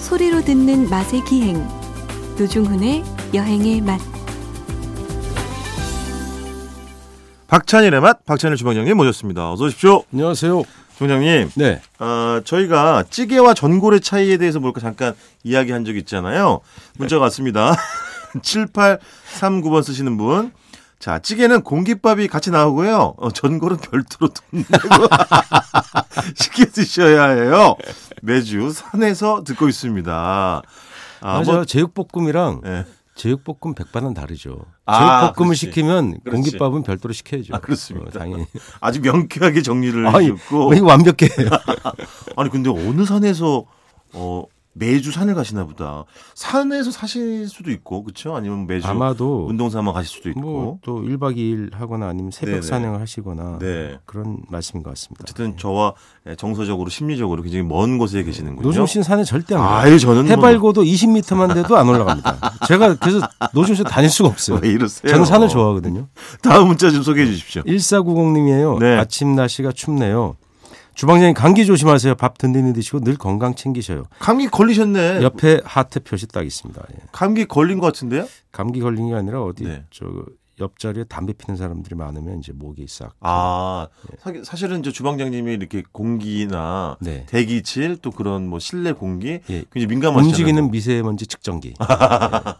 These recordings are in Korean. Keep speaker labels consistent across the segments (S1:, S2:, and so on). S1: 소리로 듣는 맛의 기행 노중훈의 여행의 맛
S2: 박찬일의 맛, 박찬일 주방장님 모셨습니다. 어서 오십시오.
S3: 안녕하세요.
S2: 주방장님,
S3: 네.
S2: 어, 저희가 찌개와 전골의 차이에 대해서 뭘까 잠깐 이야기한 적 있잖아요. 문자가 왔습니다. 7839번 쓰시는 분. 자, 찌개는 공깃밥이 같이 나오고요. 어, 전골은 별도로 돈 내고 시켜 드셔야 해요. 매주 산에서 듣고 있습니다. 아,
S3: 맞아요.
S2: 뭐,
S3: 제육볶음이랑
S2: 예.
S3: 제육볶음 백반은 다르죠.
S2: 아,
S3: 제육볶음을
S2: 그렇지.
S3: 시키면
S2: 그렇지.
S3: 공깃밥은 별도로 시켜야죠.
S2: 아, 그렇습니다.
S3: 어, 당연히.
S2: 아주 명쾌하게 정리를
S3: 아니,
S2: 해주셨고. 어?
S3: 이거 완벽해요.
S2: 아니 근데 어느 산에서 어 매주 산을 가시나 보다. 산에서 사실 수도 있고 그렇죠? 아니면 매주
S3: 아마도
S2: 운동 삼아 가실 수도 있고.
S3: 뭐 또 1박 2일 하거나 아니면 새벽
S2: 네네.
S3: 산행을 하시거나
S2: 네.
S3: 그런 말씀인 것 같습니다.
S2: 어쨌든 저와 예, 정서적으로 심리적으로 굉장히 먼 곳에 계시는군요.
S3: 노중 씨는 산에 절대 안 가요.
S2: 아유 저는 뭐
S3: 해발고도 20m만 돼도 안 올라갑니다. 제가 그래서 노중 씨 다닐 수가 없어요.
S2: 왜 이러세요?
S3: 저는 산을 좋아하거든요.
S2: 다음 문자 좀 소개해 주십시오.
S3: 1490님이에요.
S2: 네.
S3: 아침 날씨가 춥네요. 주방장님 감기 조심하세요. 밥 든든히 드시고 늘 건강 챙기셔요.
S2: 감기 걸리셨네.
S3: 옆에 네. 하트 표시 딱 있습니다. 예.
S2: 감기 걸린 것 같은데요?
S3: 감기 걸린 게 아니라 어디
S2: 네.
S3: 저 옆자리에 담배 피는 사람들이 많으면 이제 목이 싹.
S2: 아 사- 사실은 이제 주방장님이 이렇게 공기나
S3: 네.
S2: 대기질 또 그런 뭐 실내 공기
S3: 예.
S2: 굉장히 민감하시잖아요.
S3: 움직이는 미세먼지 측정기.
S2: 아,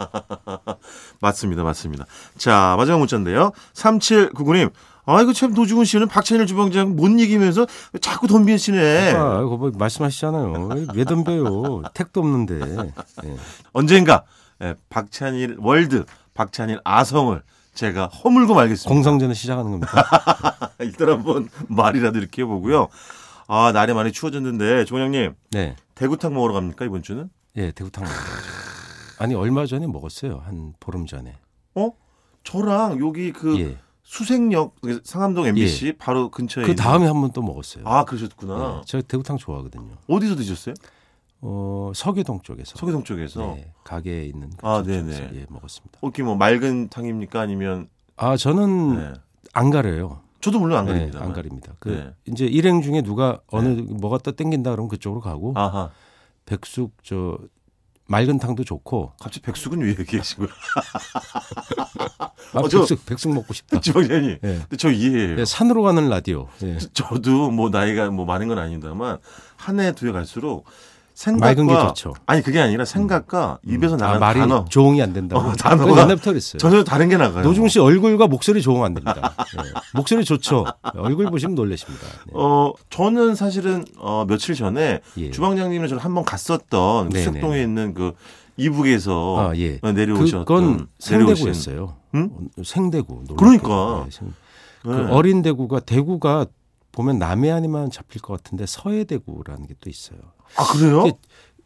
S2: 맞습니다. 맞습니다. 자, 마지막 문자인데요. 3799님. 아이고, 참, 노중훈 씨는 박찬일 주방장 못 이기면서 자꾸 덤비시네.
S3: 아, 그거 뭐 말씀하시잖아요. 왜- 왜 덤벼요? 택도 없는데. 예.
S2: 언젠가 예, 박찬일 월드, 박찬일 아성을 제가 허물고 말겠습니다.
S3: 공성전을 시작하는 겁니다.
S2: 일단 한번 말이라도 이렇게 해보고요. 아, 날이 많이 추워졌는데, 조원장님,
S3: 네.
S2: 대구탕 먹으러 갑니까, 이번 주는?
S3: 예, 대구탕. 먹어야죠. 아니 얼마 전에 먹었어요. 한 보름 전에.
S2: 어? 저랑 여기 그
S3: 예.
S2: 수색역, 그 상암동 MBC 바로 근처에.
S3: 그
S2: 있는-
S3: 다음에 한 번 또 먹었어요.
S2: 네. 아, 그러셨구나.
S3: 예, 제가 대구탕 좋아하거든요.
S2: 어디서 드셨어요?
S3: 어, 서교동 쪽에서.
S2: 서귀동 쪽에서.
S3: 네, 가게에 있는 그
S2: 아,
S3: 쪽에서
S2: 네네.
S3: 예, 먹었습니다.
S2: 혹시 뭐 맑은 탕입니까 아니면
S3: 아, 저는
S2: 네.
S3: 안 가려요.
S2: 저도 물론 안
S3: 네,
S2: 가립니다.
S3: 안 가립니다. 그
S2: 네.
S3: 이제 일행 중에 누가 어느 뭐가 또 땡긴다 그러면 그쪽으로 가고
S2: 아하.
S3: 백숙 저 맑은 탕도 좋고
S2: 갑자기 백숙은 왜 여기 계시고요?
S3: 아,
S2: 어, 저-
S3: 백숙 백숙 먹고 싶다.
S2: 지방장님.
S3: 예.
S2: 근데 저 이해해요.
S3: 네, 산으로 가는 라디오. 예.
S2: 저- 저도 뭐 나이가 뭐 많은 건 아닙니다만 한 해 두 해 갈수록 생각과
S3: 맑은 게 좋죠. 음.
S2: 아니 그게 아니라 생각과 입에서 나는
S3: 아, 말이
S2: 단어
S3: 조응이 안 된다.
S2: 어,
S3: 고
S2: 단어가- 아, 어.
S3: 옛날부터 그랬어요.
S2: 전혀 다른 게 나가요.
S3: 노중 씨 얼굴과 목소리 조응 안 됩니다. 예. 목소리 좋죠. 예, 얼굴 보시면 놀라십니다. 네.
S2: 어 저는 사실은 어 며칠 전에
S3: 예.
S2: 주방장님을 저는 한번 갔었던
S3: 네네.
S2: 수색동에 있는 그 이북에서
S3: 아, 예.
S2: 어. 내려오셨던
S3: 그건
S2: 내려오신- 네.
S3: 생대구였어요.
S2: 응?
S3: 생대구. 놀랍게도.
S2: 그러니까.
S3: 네, 생-
S2: 네.
S3: 그 어린 대구가 대구가 보면 남해안에만 잡힐 것 같은데 서해 대구라는 게 또 있어요.
S2: 아 그래요?
S3: 이게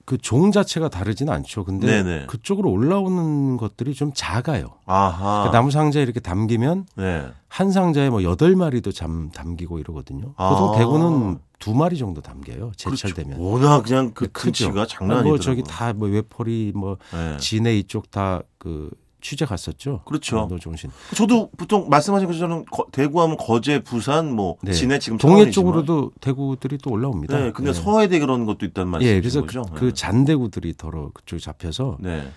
S3: 그 종 자체가 다르진 않죠. 근데
S2: 네네.
S3: 그쪽으로 올라오는 것들이 좀 작아요.
S2: 아하.
S3: 그러니까 나무 상자에 이렇게 담기면
S2: 네.
S3: 한 상자에 뭐 여덟 마리도 잠 담기고 이러거든요.
S2: 아.
S3: 보통 대구는 두 마리 정도 담겨요. 제철 되면. 네,
S2: 워낙 그냥 그
S3: 크죠.
S2: 등치가 장난 아니더라고요.
S3: 뭐 저기 다 뭐 외포리 뭐
S2: 예.
S3: 진해 이쪽 다 그 취재 갔었죠.
S2: 그렇죠.
S3: 노종신.
S2: 저도 보통 말씀하신 것처럼 거- 대구하면 거제, 부산, 뭐
S3: 네.
S2: 진해 지금
S3: 동해
S2: 창원이지만.
S3: 쪽으로도 대구들이 또 올라옵니다.
S2: 네, 근데
S3: 네.
S2: 서해대 그런 것도 있단 말씀이신
S3: 예, 그래서
S2: 거죠?
S3: 그, 그 잔대구들이 더러 그쪽에 잡혀서
S2: 네.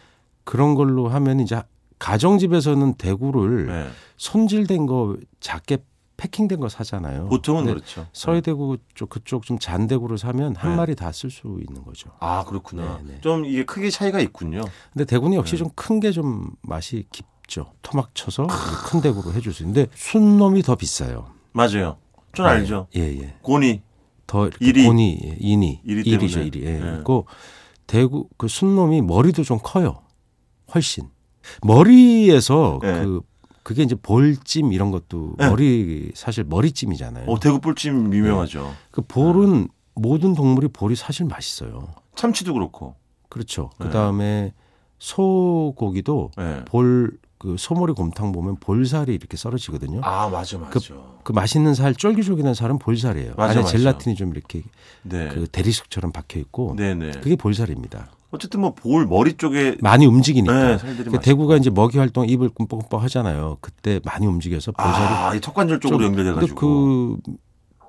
S3: 그런 걸로 하면 이제 가정집에서는 대구를
S2: 네.
S3: 손질된 거 작게 패킹된 거 사잖아요.
S2: 보통은
S3: 근데
S2: 그렇죠.
S3: 네. 서해대구 쪽 그쪽 좀 잔대구를 사면 한
S2: 네.
S3: 마리 다 쓸 수 있는 거죠.
S2: 아 그렇구나.
S3: 네, 네.
S2: 좀 이게 크게 차이가 있군요.
S3: 근데 대구는
S2: 네.
S3: 역시 좀 큰 게 좀 맛이 깊죠. 토막 쳐서 큰 대구로 해줄 수 있는데 순놈이 더 비싸요.
S2: 맞아요. 전
S3: 네.
S2: 알죠.
S3: 예, 예.
S2: 고니.
S3: 더 이렇게
S2: 일이.
S3: 곤이 예, 인이
S2: 일이
S3: 일이죠
S2: 때문에.
S3: 일이 예.
S2: 예.
S3: 그리고 대구 그 순놈이 머리도 좀 커요 훨씬 머리에서
S2: 예.
S3: 그 그게 이제 볼찜 이런 것도
S2: 예.
S3: 머리 사실 머리찜이잖아요
S2: 어 대구 뿔찜 유명하죠.
S3: 그 볼은 모든 동물이 볼이 사실 맛있어요
S2: 참치도 그렇고.
S3: 그렇죠
S2: 예.
S3: 그다음에 소고기도
S2: 네.
S3: 볼 그 소머리 곰탕 보면 볼살이 이렇게 썰어지거든요
S2: 아 맞아 맞아.
S3: 그 맛있는 살 쫄깃쫄깃한 살은 볼살이에요
S2: 맞아,
S3: 안에
S2: 맞아.
S3: 젤라틴이 좀 이렇게
S2: 네.
S3: 그 대리석처럼 박혀 있고
S2: 네네.
S3: 그게 볼살입니다.
S2: 어쨌든 뭐 볼 머리 쪽에
S3: 많이 움직이니까.
S2: 네, 살들이
S3: 그러니까 대구가 이제 먹이 활동 입을 끔뻑끔뻑 하잖아요. 그때 많이 움직여서 볼살이.
S2: 아이 턱관절 아, 쪽으로 어,
S3: 좀-
S2: 연결돼
S3: 근데
S2: 가지고.
S3: 그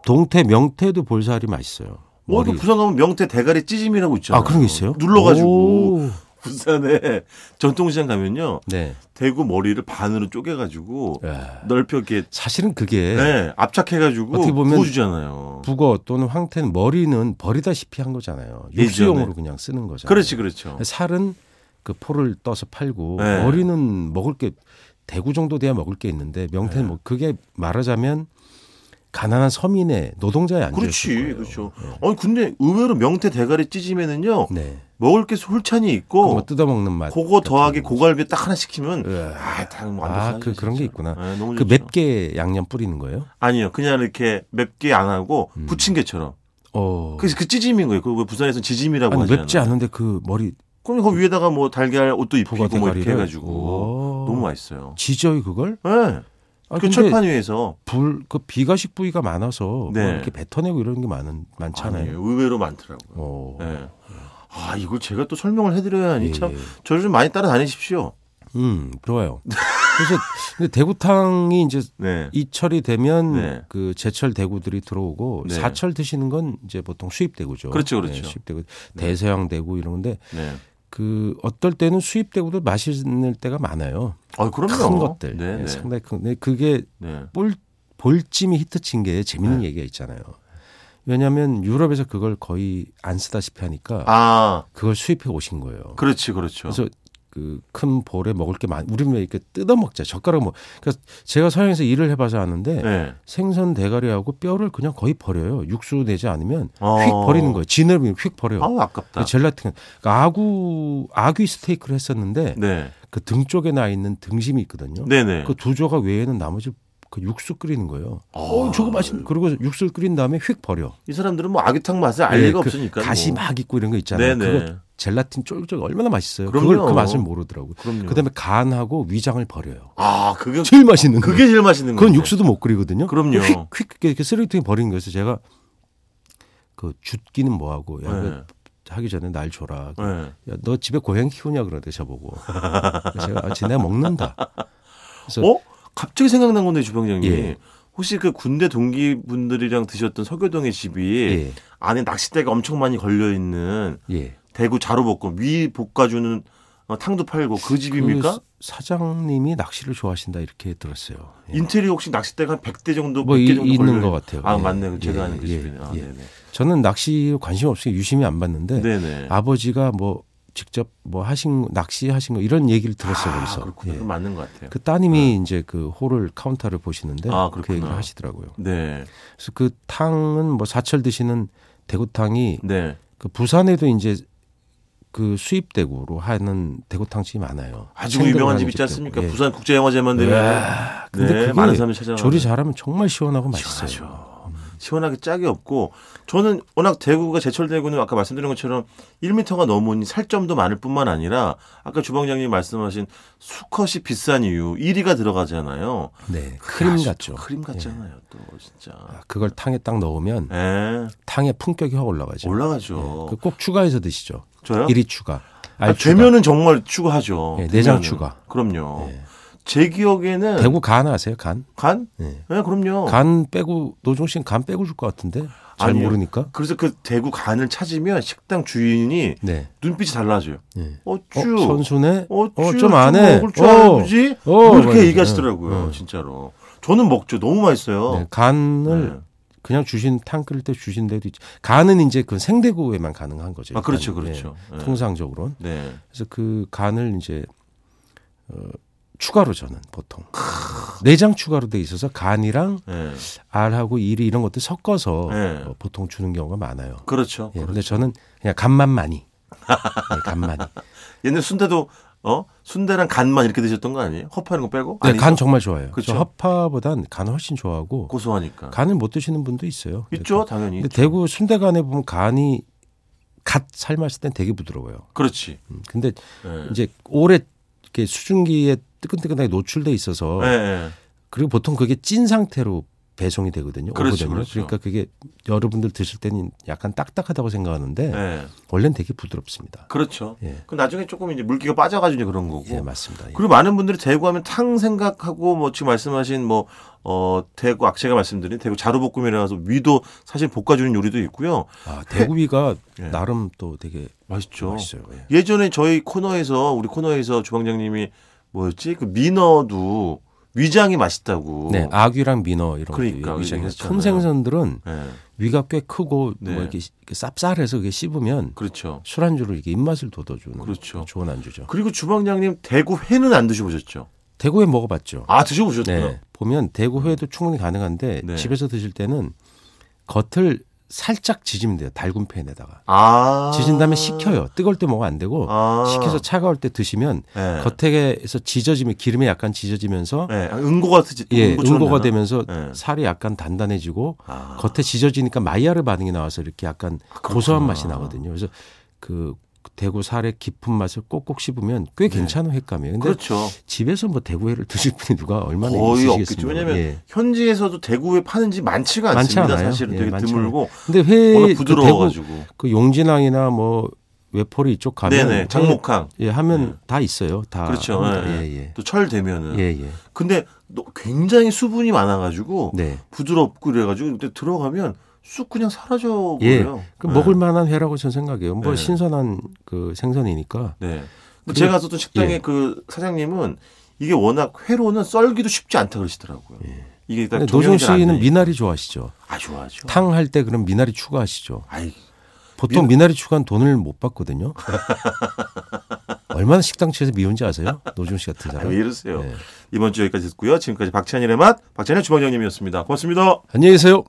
S3: 동태 명태도 볼살이 맛있어요.
S2: 뭐, 그
S3: 머리.
S2: 부산 가면 명태 대가리 찌짐이라고 있잖아요.
S3: 아 그런 게 있어요?
S2: 눌러가지고
S3: 오.
S2: 부산에 전통시장 가면요.
S3: 네.
S2: 대구 머리를 반으로 쪼개가지고
S3: 예.
S2: 넓혀 이렇게
S3: 사실은 그게
S2: 네, 압착해가지고
S3: 어떻게 보면
S2: 구워주잖아요.
S3: 북어 또는 황태는 머리는 버리다시피 한 거잖아요.
S2: 예전에.
S3: 육수용으로 그냥 쓰는 거잖아요.
S2: 그렇지, 그렇죠.
S3: 살은 그 포를 떠서 팔고
S2: 네.
S3: 머리는 먹을 게 대구 정도 돼야 먹을 게 있는데
S2: 네.
S3: 명태는 뭐 그게 말하자면 가난한 서민의 노동자의 안주였을
S2: 그렇지,
S3: 거예요.
S2: 그렇죠.
S3: 네.
S2: 아니 근데 의외로 명태 대가리 찌짐에는요
S3: 네.
S2: 먹을 게 솔찬히
S3: 그거 뭐
S2: 있고
S3: 뜯어먹는 맛.
S2: 그거 더하기
S3: 같은
S2: 고갈비 음. 딱 하나 시키면
S3: 예.
S2: 아다뭐
S3: 아, 그 그런 게 있구나.
S2: 네, 너무
S3: 그
S2: 좋죠.
S3: 맵게 양념 뿌리는 거예요?
S2: 아니요, 그냥 이렇게 맵게 안 하고
S3: 음.
S2: 부침개처럼.
S3: 어.
S2: 그래서 그 찌짐인 거예요. 그왜 부산에서는 지짐이라고
S3: 아니
S2: 하잖아요.
S3: 맵지 않은데 그 머리
S2: 그럼 그 위에다가 뭐 달걀 옷도 입히고 뭐
S3: 부가
S2: 이렇게
S3: 대가리를
S2: 해가지고
S3: 오.
S2: 너무 맛있어요.
S3: 지져요 그걸?
S2: 예.
S3: 아,
S2: 그
S3: 근데
S2: 철판 위에서
S3: 불, 그 비가식 부위가 많아서
S2: 네.
S3: 뭐 이렇게 뱉어내고 이런 게 많은 많잖아요. 어.
S2: 아니에요. 의외로 많더라고요.
S3: 오.
S2: 예. 아 이걸 제가 또 설명을 해드려야 하니
S3: 예,
S2: 참
S3: 예.
S2: 저를 좀 많이 따라다니십시오.
S3: 음, 좋아요. 그래서 근데 대구탕이 이제
S2: 네.
S3: 이철이 되면
S2: 네.
S3: 그 제철 대구들이 들어오고
S2: 네.
S3: 사철 드시는 건 이제 보통 수입 대구죠. 네,
S2: 그렇죠, 그렇죠.
S3: 수입 대구, 대서양 대구 이런 건데
S2: 네.
S3: 그 어떨 때는 수입 대구도 맛있는 때가 많아요.
S2: 아 그럼요.
S3: 큰 것들
S2: 네.
S3: 예,
S2: 네.
S3: 상당히 큰. 근데 그게
S2: 네.
S3: 볼, 볼찜이 히트친 게 재밌는
S2: 네.
S3: 얘기가 있잖아요. 왜냐하면 유럽에서 그걸 거의 안 쓰다시피 하니까
S2: 아
S3: 그걸 수입해 오신 거예요.
S2: 그렇지 그렇죠.
S3: 그래서 그 큰 볼에 먹을 게 많. 우리는 왜 이렇게 뜯어 먹자. 젓가락 뭐. 그러니까 제가 서양에서 일을 해봐서 아는데
S2: 네.
S3: 생선 대가리하고 뼈를 그냥 거의 버려요. 육수 내지 않으면
S2: 어.
S3: 휙 버리는 거예요. 진을 그냥 휙 버려요.
S2: 아우 아깝다.
S3: 그 젤라틴 그러니까 아구 아귀 스테이크를 했었는데
S2: 네.
S3: 그 등 쪽에 나 있는 등심이 있거든요.
S2: 네네.
S3: 그 두 조각 외에는 나머지 그 육수 끓이는 거예요.
S2: 아.
S3: 어, 저거 맛있는. 그리고 육수를 끓인 다음에 휙 버려.
S2: 이 사람들은 뭐 아귀탕 맛을 알
S3: 예,
S2: 리가
S3: 그
S2: 없으니까.
S3: 가시
S2: 뭐.
S3: 막 있고 이런 거 있잖아요.
S2: 네네.
S3: 그거 젤라틴 쫄쫄 얼마나 맛있어요.
S2: 그럼요. 네.
S3: 그걸 그 맛을 모르더라고. 요
S2: 그럼요.
S3: 그다음에 간하고 위장을 버려요.
S2: 아 그게
S3: 제일 맛있는 거.
S2: 그게 제일 맛있는 거.
S3: 그건 육수도 못 끓이거든요.
S2: 그럼요.
S3: 휙휙 이렇게- 이렇게 쓰레기통에 버리는 거여서 제가 그 줍기는 뭐 하고 야,
S2: 네.
S3: 이거 하기 전에 날 줘라.
S2: 네.
S3: 야, 너 집에 고양이 키우냐 그러대 저보고. 그래서 제가 아, 쟤네 먹는다. 그래서
S2: 어? 갑자기 생각난 건데 주방장님.
S3: 예.
S2: 혹시 그 군대 동기분들이랑 드셨던 서교동의 집이
S3: 예.
S2: 안에 낚싯대가 엄청 많이 걸려 있는
S3: 예.
S2: 대구 자루볶음 위 볶아주는 어, 탕도 팔고 그 집입니까?
S3: 그 사장님이 낚시를 좋아하신다 이렇게 들었어요. 예.
S2: 인테리어 혹시 낚싯대가 한 100대 정도
S3: 뭐
S2: 100개
S3: 이-
S2: 정도
S3: 있는
S2: 걸려있-
S3: 것 같아요.
S2: 아
S3: 예.
S2: 맞네. 제가
S3: 예,
S2: 아는 그
S3: 예,
S2: 집이네. 아,
S3: 예.
S2: 네네.
S3: 저는 낚시 관심 없으니 유심히 안 봤는데
S2: 네네.
S3: 아버지가 뭐 직접 뭐 하신 낚시 하신 거 이런 얘기를 들었어요.
S2: 아,
S3: 그래서
S2: 그렇군요.
S3: 예.
S2: 그건 맞는 것 같아요.
S3: 그 따님이 이제 그 홀을 카운터를 보시는데
S2: 아,
S3: 그
S2: 그렇구나.
S3: 얘기를 하시더라고요.
S2: 네.
S3: 그래서 그 탕은 뭐 사철 드시는 대구탕이
S2: 네.
S3: 그 부산에도 이제 그 수입 대구로 하는 대구탕집이 많아요.
S2: 아주 그 유명한 집 있지
S3: 생대구라는
S2: 않습니까?
S3: 집도 있고.
S2: 부산 국제영화제만 되면
S3: 이야, 근데
S2: 네,
S3: 그게
S2: 많은 사람이 찾아가.
S3: 조리 잘하면 정말 시원하고 맛있어요.
S2: 시원하죠. 시원하게 짝이 없고 저는 워낙 대구가 제철 대구는 아까 말씀드린 것처럼 1m가 넘으니 살점도 많을 뿐만 아니라 아까 주방장님 말씀하신 수컷이 비싼 이유 1위가 들어가잖아요.
S3: 네,
S2: 그게
S3: 크림
S2: 아주
S3: 같죠.
S2: 크림
S3: 예.
S2: 같잖아요. 또 진짜.
S3: 아, 그걸 탕에 딱 넣으면
S2: 예.
S3: 탕의 품격이 확 올라가죠.
S2: 올라가죠.
S3: 그꼭 추가해서 드시죠.
S2: 저요?
S3: 일이 추가.
S2: 아,
S3: 알 추가.
S2: 되면은 정말 추가하죠.
S3: 예, 내장
S2: 되면은.
S3: 추가.
S2: 그럼요.
S3: 예.
S2: 제 기억에는
S3: 대구 간 아세요? 간?
S2: 간?
S3: 예.
S2: 예, 그럼요.
S3: 간 빼고 노종 씨는 간 빼고 줄 것 같은데 잘
S2: 아니요.
S3: 모르니까.
S2: 그래서 그 대구 간을 찾으면 식당 주인이
S3: 네.
S2: 눈빛이 달라져요.
S3: 예.
S2: 어쭈.
S3: 어, 선수네.
S2: 어쭈,
S3: 좀 안해.
S2: 먹을 줄
S3: 어.
S2: 알지?
S3: 어,
S2: 뭐 이렇게
S3: 맞아요.
S2: 얘기하시더라고요,
S3: 네.
S2: 진짜로. 저는 먹죠. 너무 맛있어요.
S3: 네, 간을
S2: 네.
S3: 그냥 주신 탕 끓일 때 주신 데도 있죠. 간은 이제 그 생대구에만 가능한 거죠.
S2: 아, 그렇죠,
S3: 일단.
S2: 그렇죠.
S3: 예,
S2: 네.
S3: 통상적으로는.
S2: 네.
S3: 그래서 그 간을 이제 어, 추가로 저는 보통 내장 추가로 돼 있어서 간이랑
S2: 네.
S3: 알하고 이리 이런 것들 섞어서
S2: 네.
S3: 어, 보통 주는 경우가 많아요.
S2: 그렇죠.
S3: 예,
S2: 그렇죠.
S3: 근데 저는 그냥 간만 많이. 예, 간만이.
S2: 옛날 순대도 어 순대랑 간만 이렇게 드셨던 거 아니에요? 허파는 거 빼고?
S3: 네,
S2: 아니죠?
S3: 간 정말 좋아해요.
S2: 그쵸?
S3: 저 허파보단 간 훨씬 좋아하고
S2: 고소하니까.
S3: 간을 못 드시는 분도 있어요.
S2: 있죠, 당연히.
S3: 근데 대구 순대간에 보면 간이 갓 삶았을 땐 되게 부드러워요.
S2: 그렇지.
S3: 음, 근데
S2: 네.
S3: 이제 오래 이렇게 수증기에 뜨끈뜨끈하게 노출돼 있어서
S2: 네, 네.
S3: 그리고 보통 그게 찐 상태로 배송이 되거든요.
S2: 그렇죠,
S3: 오거든요.
S2: 그렇죠.
S3: 러니까 그게 여러분들 드실 때는 약간 딱딱하다고 생각하는데
S2: 예.
S3: 원래는 되게 부드럽습니다.
S2: 그렇죠.
S3: 네. 예.
S2: 그 나중에 조금 이제 물기가 빠져가지고 이제 그런 거고.
S3: 예, 맞습니다. 예.
S2: 어. 그리고 많은 분들이 대구하면 탕 생각하고 뭐 지금 말씀하신 뭐 어 대구 아 제가 말씀드린 대구 자루볶음이라서 위도 사실 볶아주는 요리도 있고요.
S3: 아, 대구비가
S2: 예.
S3: 나름 또 되게
S2: 맛있죠.
S3: 맛있어요. 예.
S2: 예전에 저희 코너에서 우리 코너에서 주방장님이 뭐였지 그 민어도 위장이 맛있다고.
S3: 네, 아귀랑 민어 이런
S2: 뭐 그러니까,
S3: 것도
S2: 위장이
S3: 있잖아요.
S2: 있잖아요.
S3: 큰 생선들은
S2: 예,
S3: 위가 꽤 크고
S2: 네.
S3: 뭐 이렇게 시- 이렇게 쌉쌀해서 그게 씹으면
S2: 그렇죠.
S3: 술안주로 이게 입맛을 돋워주는
S2: 그렇죠.
S3: 좋은 안주죠.
S2: 그리고 주방장님 대구 회는 안 드셔보셨죠?
S3: 대구에 먹어봤죠.
S2: 아 드셔보셨구나.
S3: 네, 보면 대구 회도 충분히 가능한데
S2: 네.
S3: 집에서 드실 때는 겉을 살짝 지지면 돼요. 달군 팬에다가
S2: 아
S3: 지진 다음에 식혀요. 뜨거울 때 먹으면 안 되고
S2: 아.
S3: 식혀서 차가울 때 드시면
S2: 예.
S3: 겉에서 지져지면 기름에 약간 지져지면서
S2: 예, 음, 응고 같은
S3: 예, 응고가 되면서
S2: 네.
S3: 살이 약간 단단해지고
S2: 아.
S3: 겉에 지져지니까 마이야르 반응이 나와서 이렇게 약간 고소한 맛이 나거든요. 그래서 그 대구 살의 깊은 맛을 꼭꼭 씹으면 꽤 괜찮은 횟감이에요. 근데
S2: 네. 그렇죠.
S3: 집에서 뭐 대구회를 드실 분이 누가 얼마나
S2: 거의 없겠죠.
S3: 있으시겠습니까?
S2: 왜냐하면
S3: 예.
S2: 현지에서도 대구에 파는지 많지가
S3: 많지
S2: 않습니다.
S3: 않아요.
S2: 사실은
S3: 예,
S2: 되게
S3: 많지
S2: 드물고
S3: 근데 회
S2: 워낙
S3: 그 대구
S2: 부드러워가지고.
S3: 그 용진항이나 뭐 외포리 이쪽 가면
S2: 네네. 장목항. 네.
S3: 예, 하면 다 있어요. 다
S2: 그렇죠. 네.
S3: 합니다.
S2: 예.
S3: 예, 예.
S2: 또 철 되면은.
S3: 예, 예.
S2: 근데 너- 굉장히 수분이 많아가지고
S3: 네.
S2: 부드럽고 그래가지고 근데 들어가면 쑥 그냥 사라져
S3: 예.
S2: 버려요.
S3: 그 먹을 만한 회라고 저는 생각해요. 뭐
S2: 네.
S3: 신선한 그 생선이니까.
S2: 네. 근데
S3: 그리고-
S2: 제가 갔었던 식당의
S3: 예.
S2: 그 사장님은 이게 워낙 회로는 썰기도 쉽지 않다 그러시더라고요. 네, 이게 딱
S3: 예. 근데
S2: 조정이
S3: 네, 노종
S2: 잘안
S3: 씨는
S2: 되니까.
S3: 미나리 좋아하시죠.
S2: 아 좋아하죠.
S3: 탕 할 때 그럼 미나리 추가하시죠.
S2: 아이
S3: 보통 미나리 추가는 돈을 못 받거든요. 얼마나 식당 측에서 미운지 아세요? 노종 씨 같은
S2: 아, 왜
S3: 사람.
S2: 이러세요?
S3: 네.
S2: 이번 주 여기까지 듣고요. 지금까지 박찬일의 맛, 박찬일 주방장님이었습니다. 고맙습니다.
S3: 안녕히 계세요.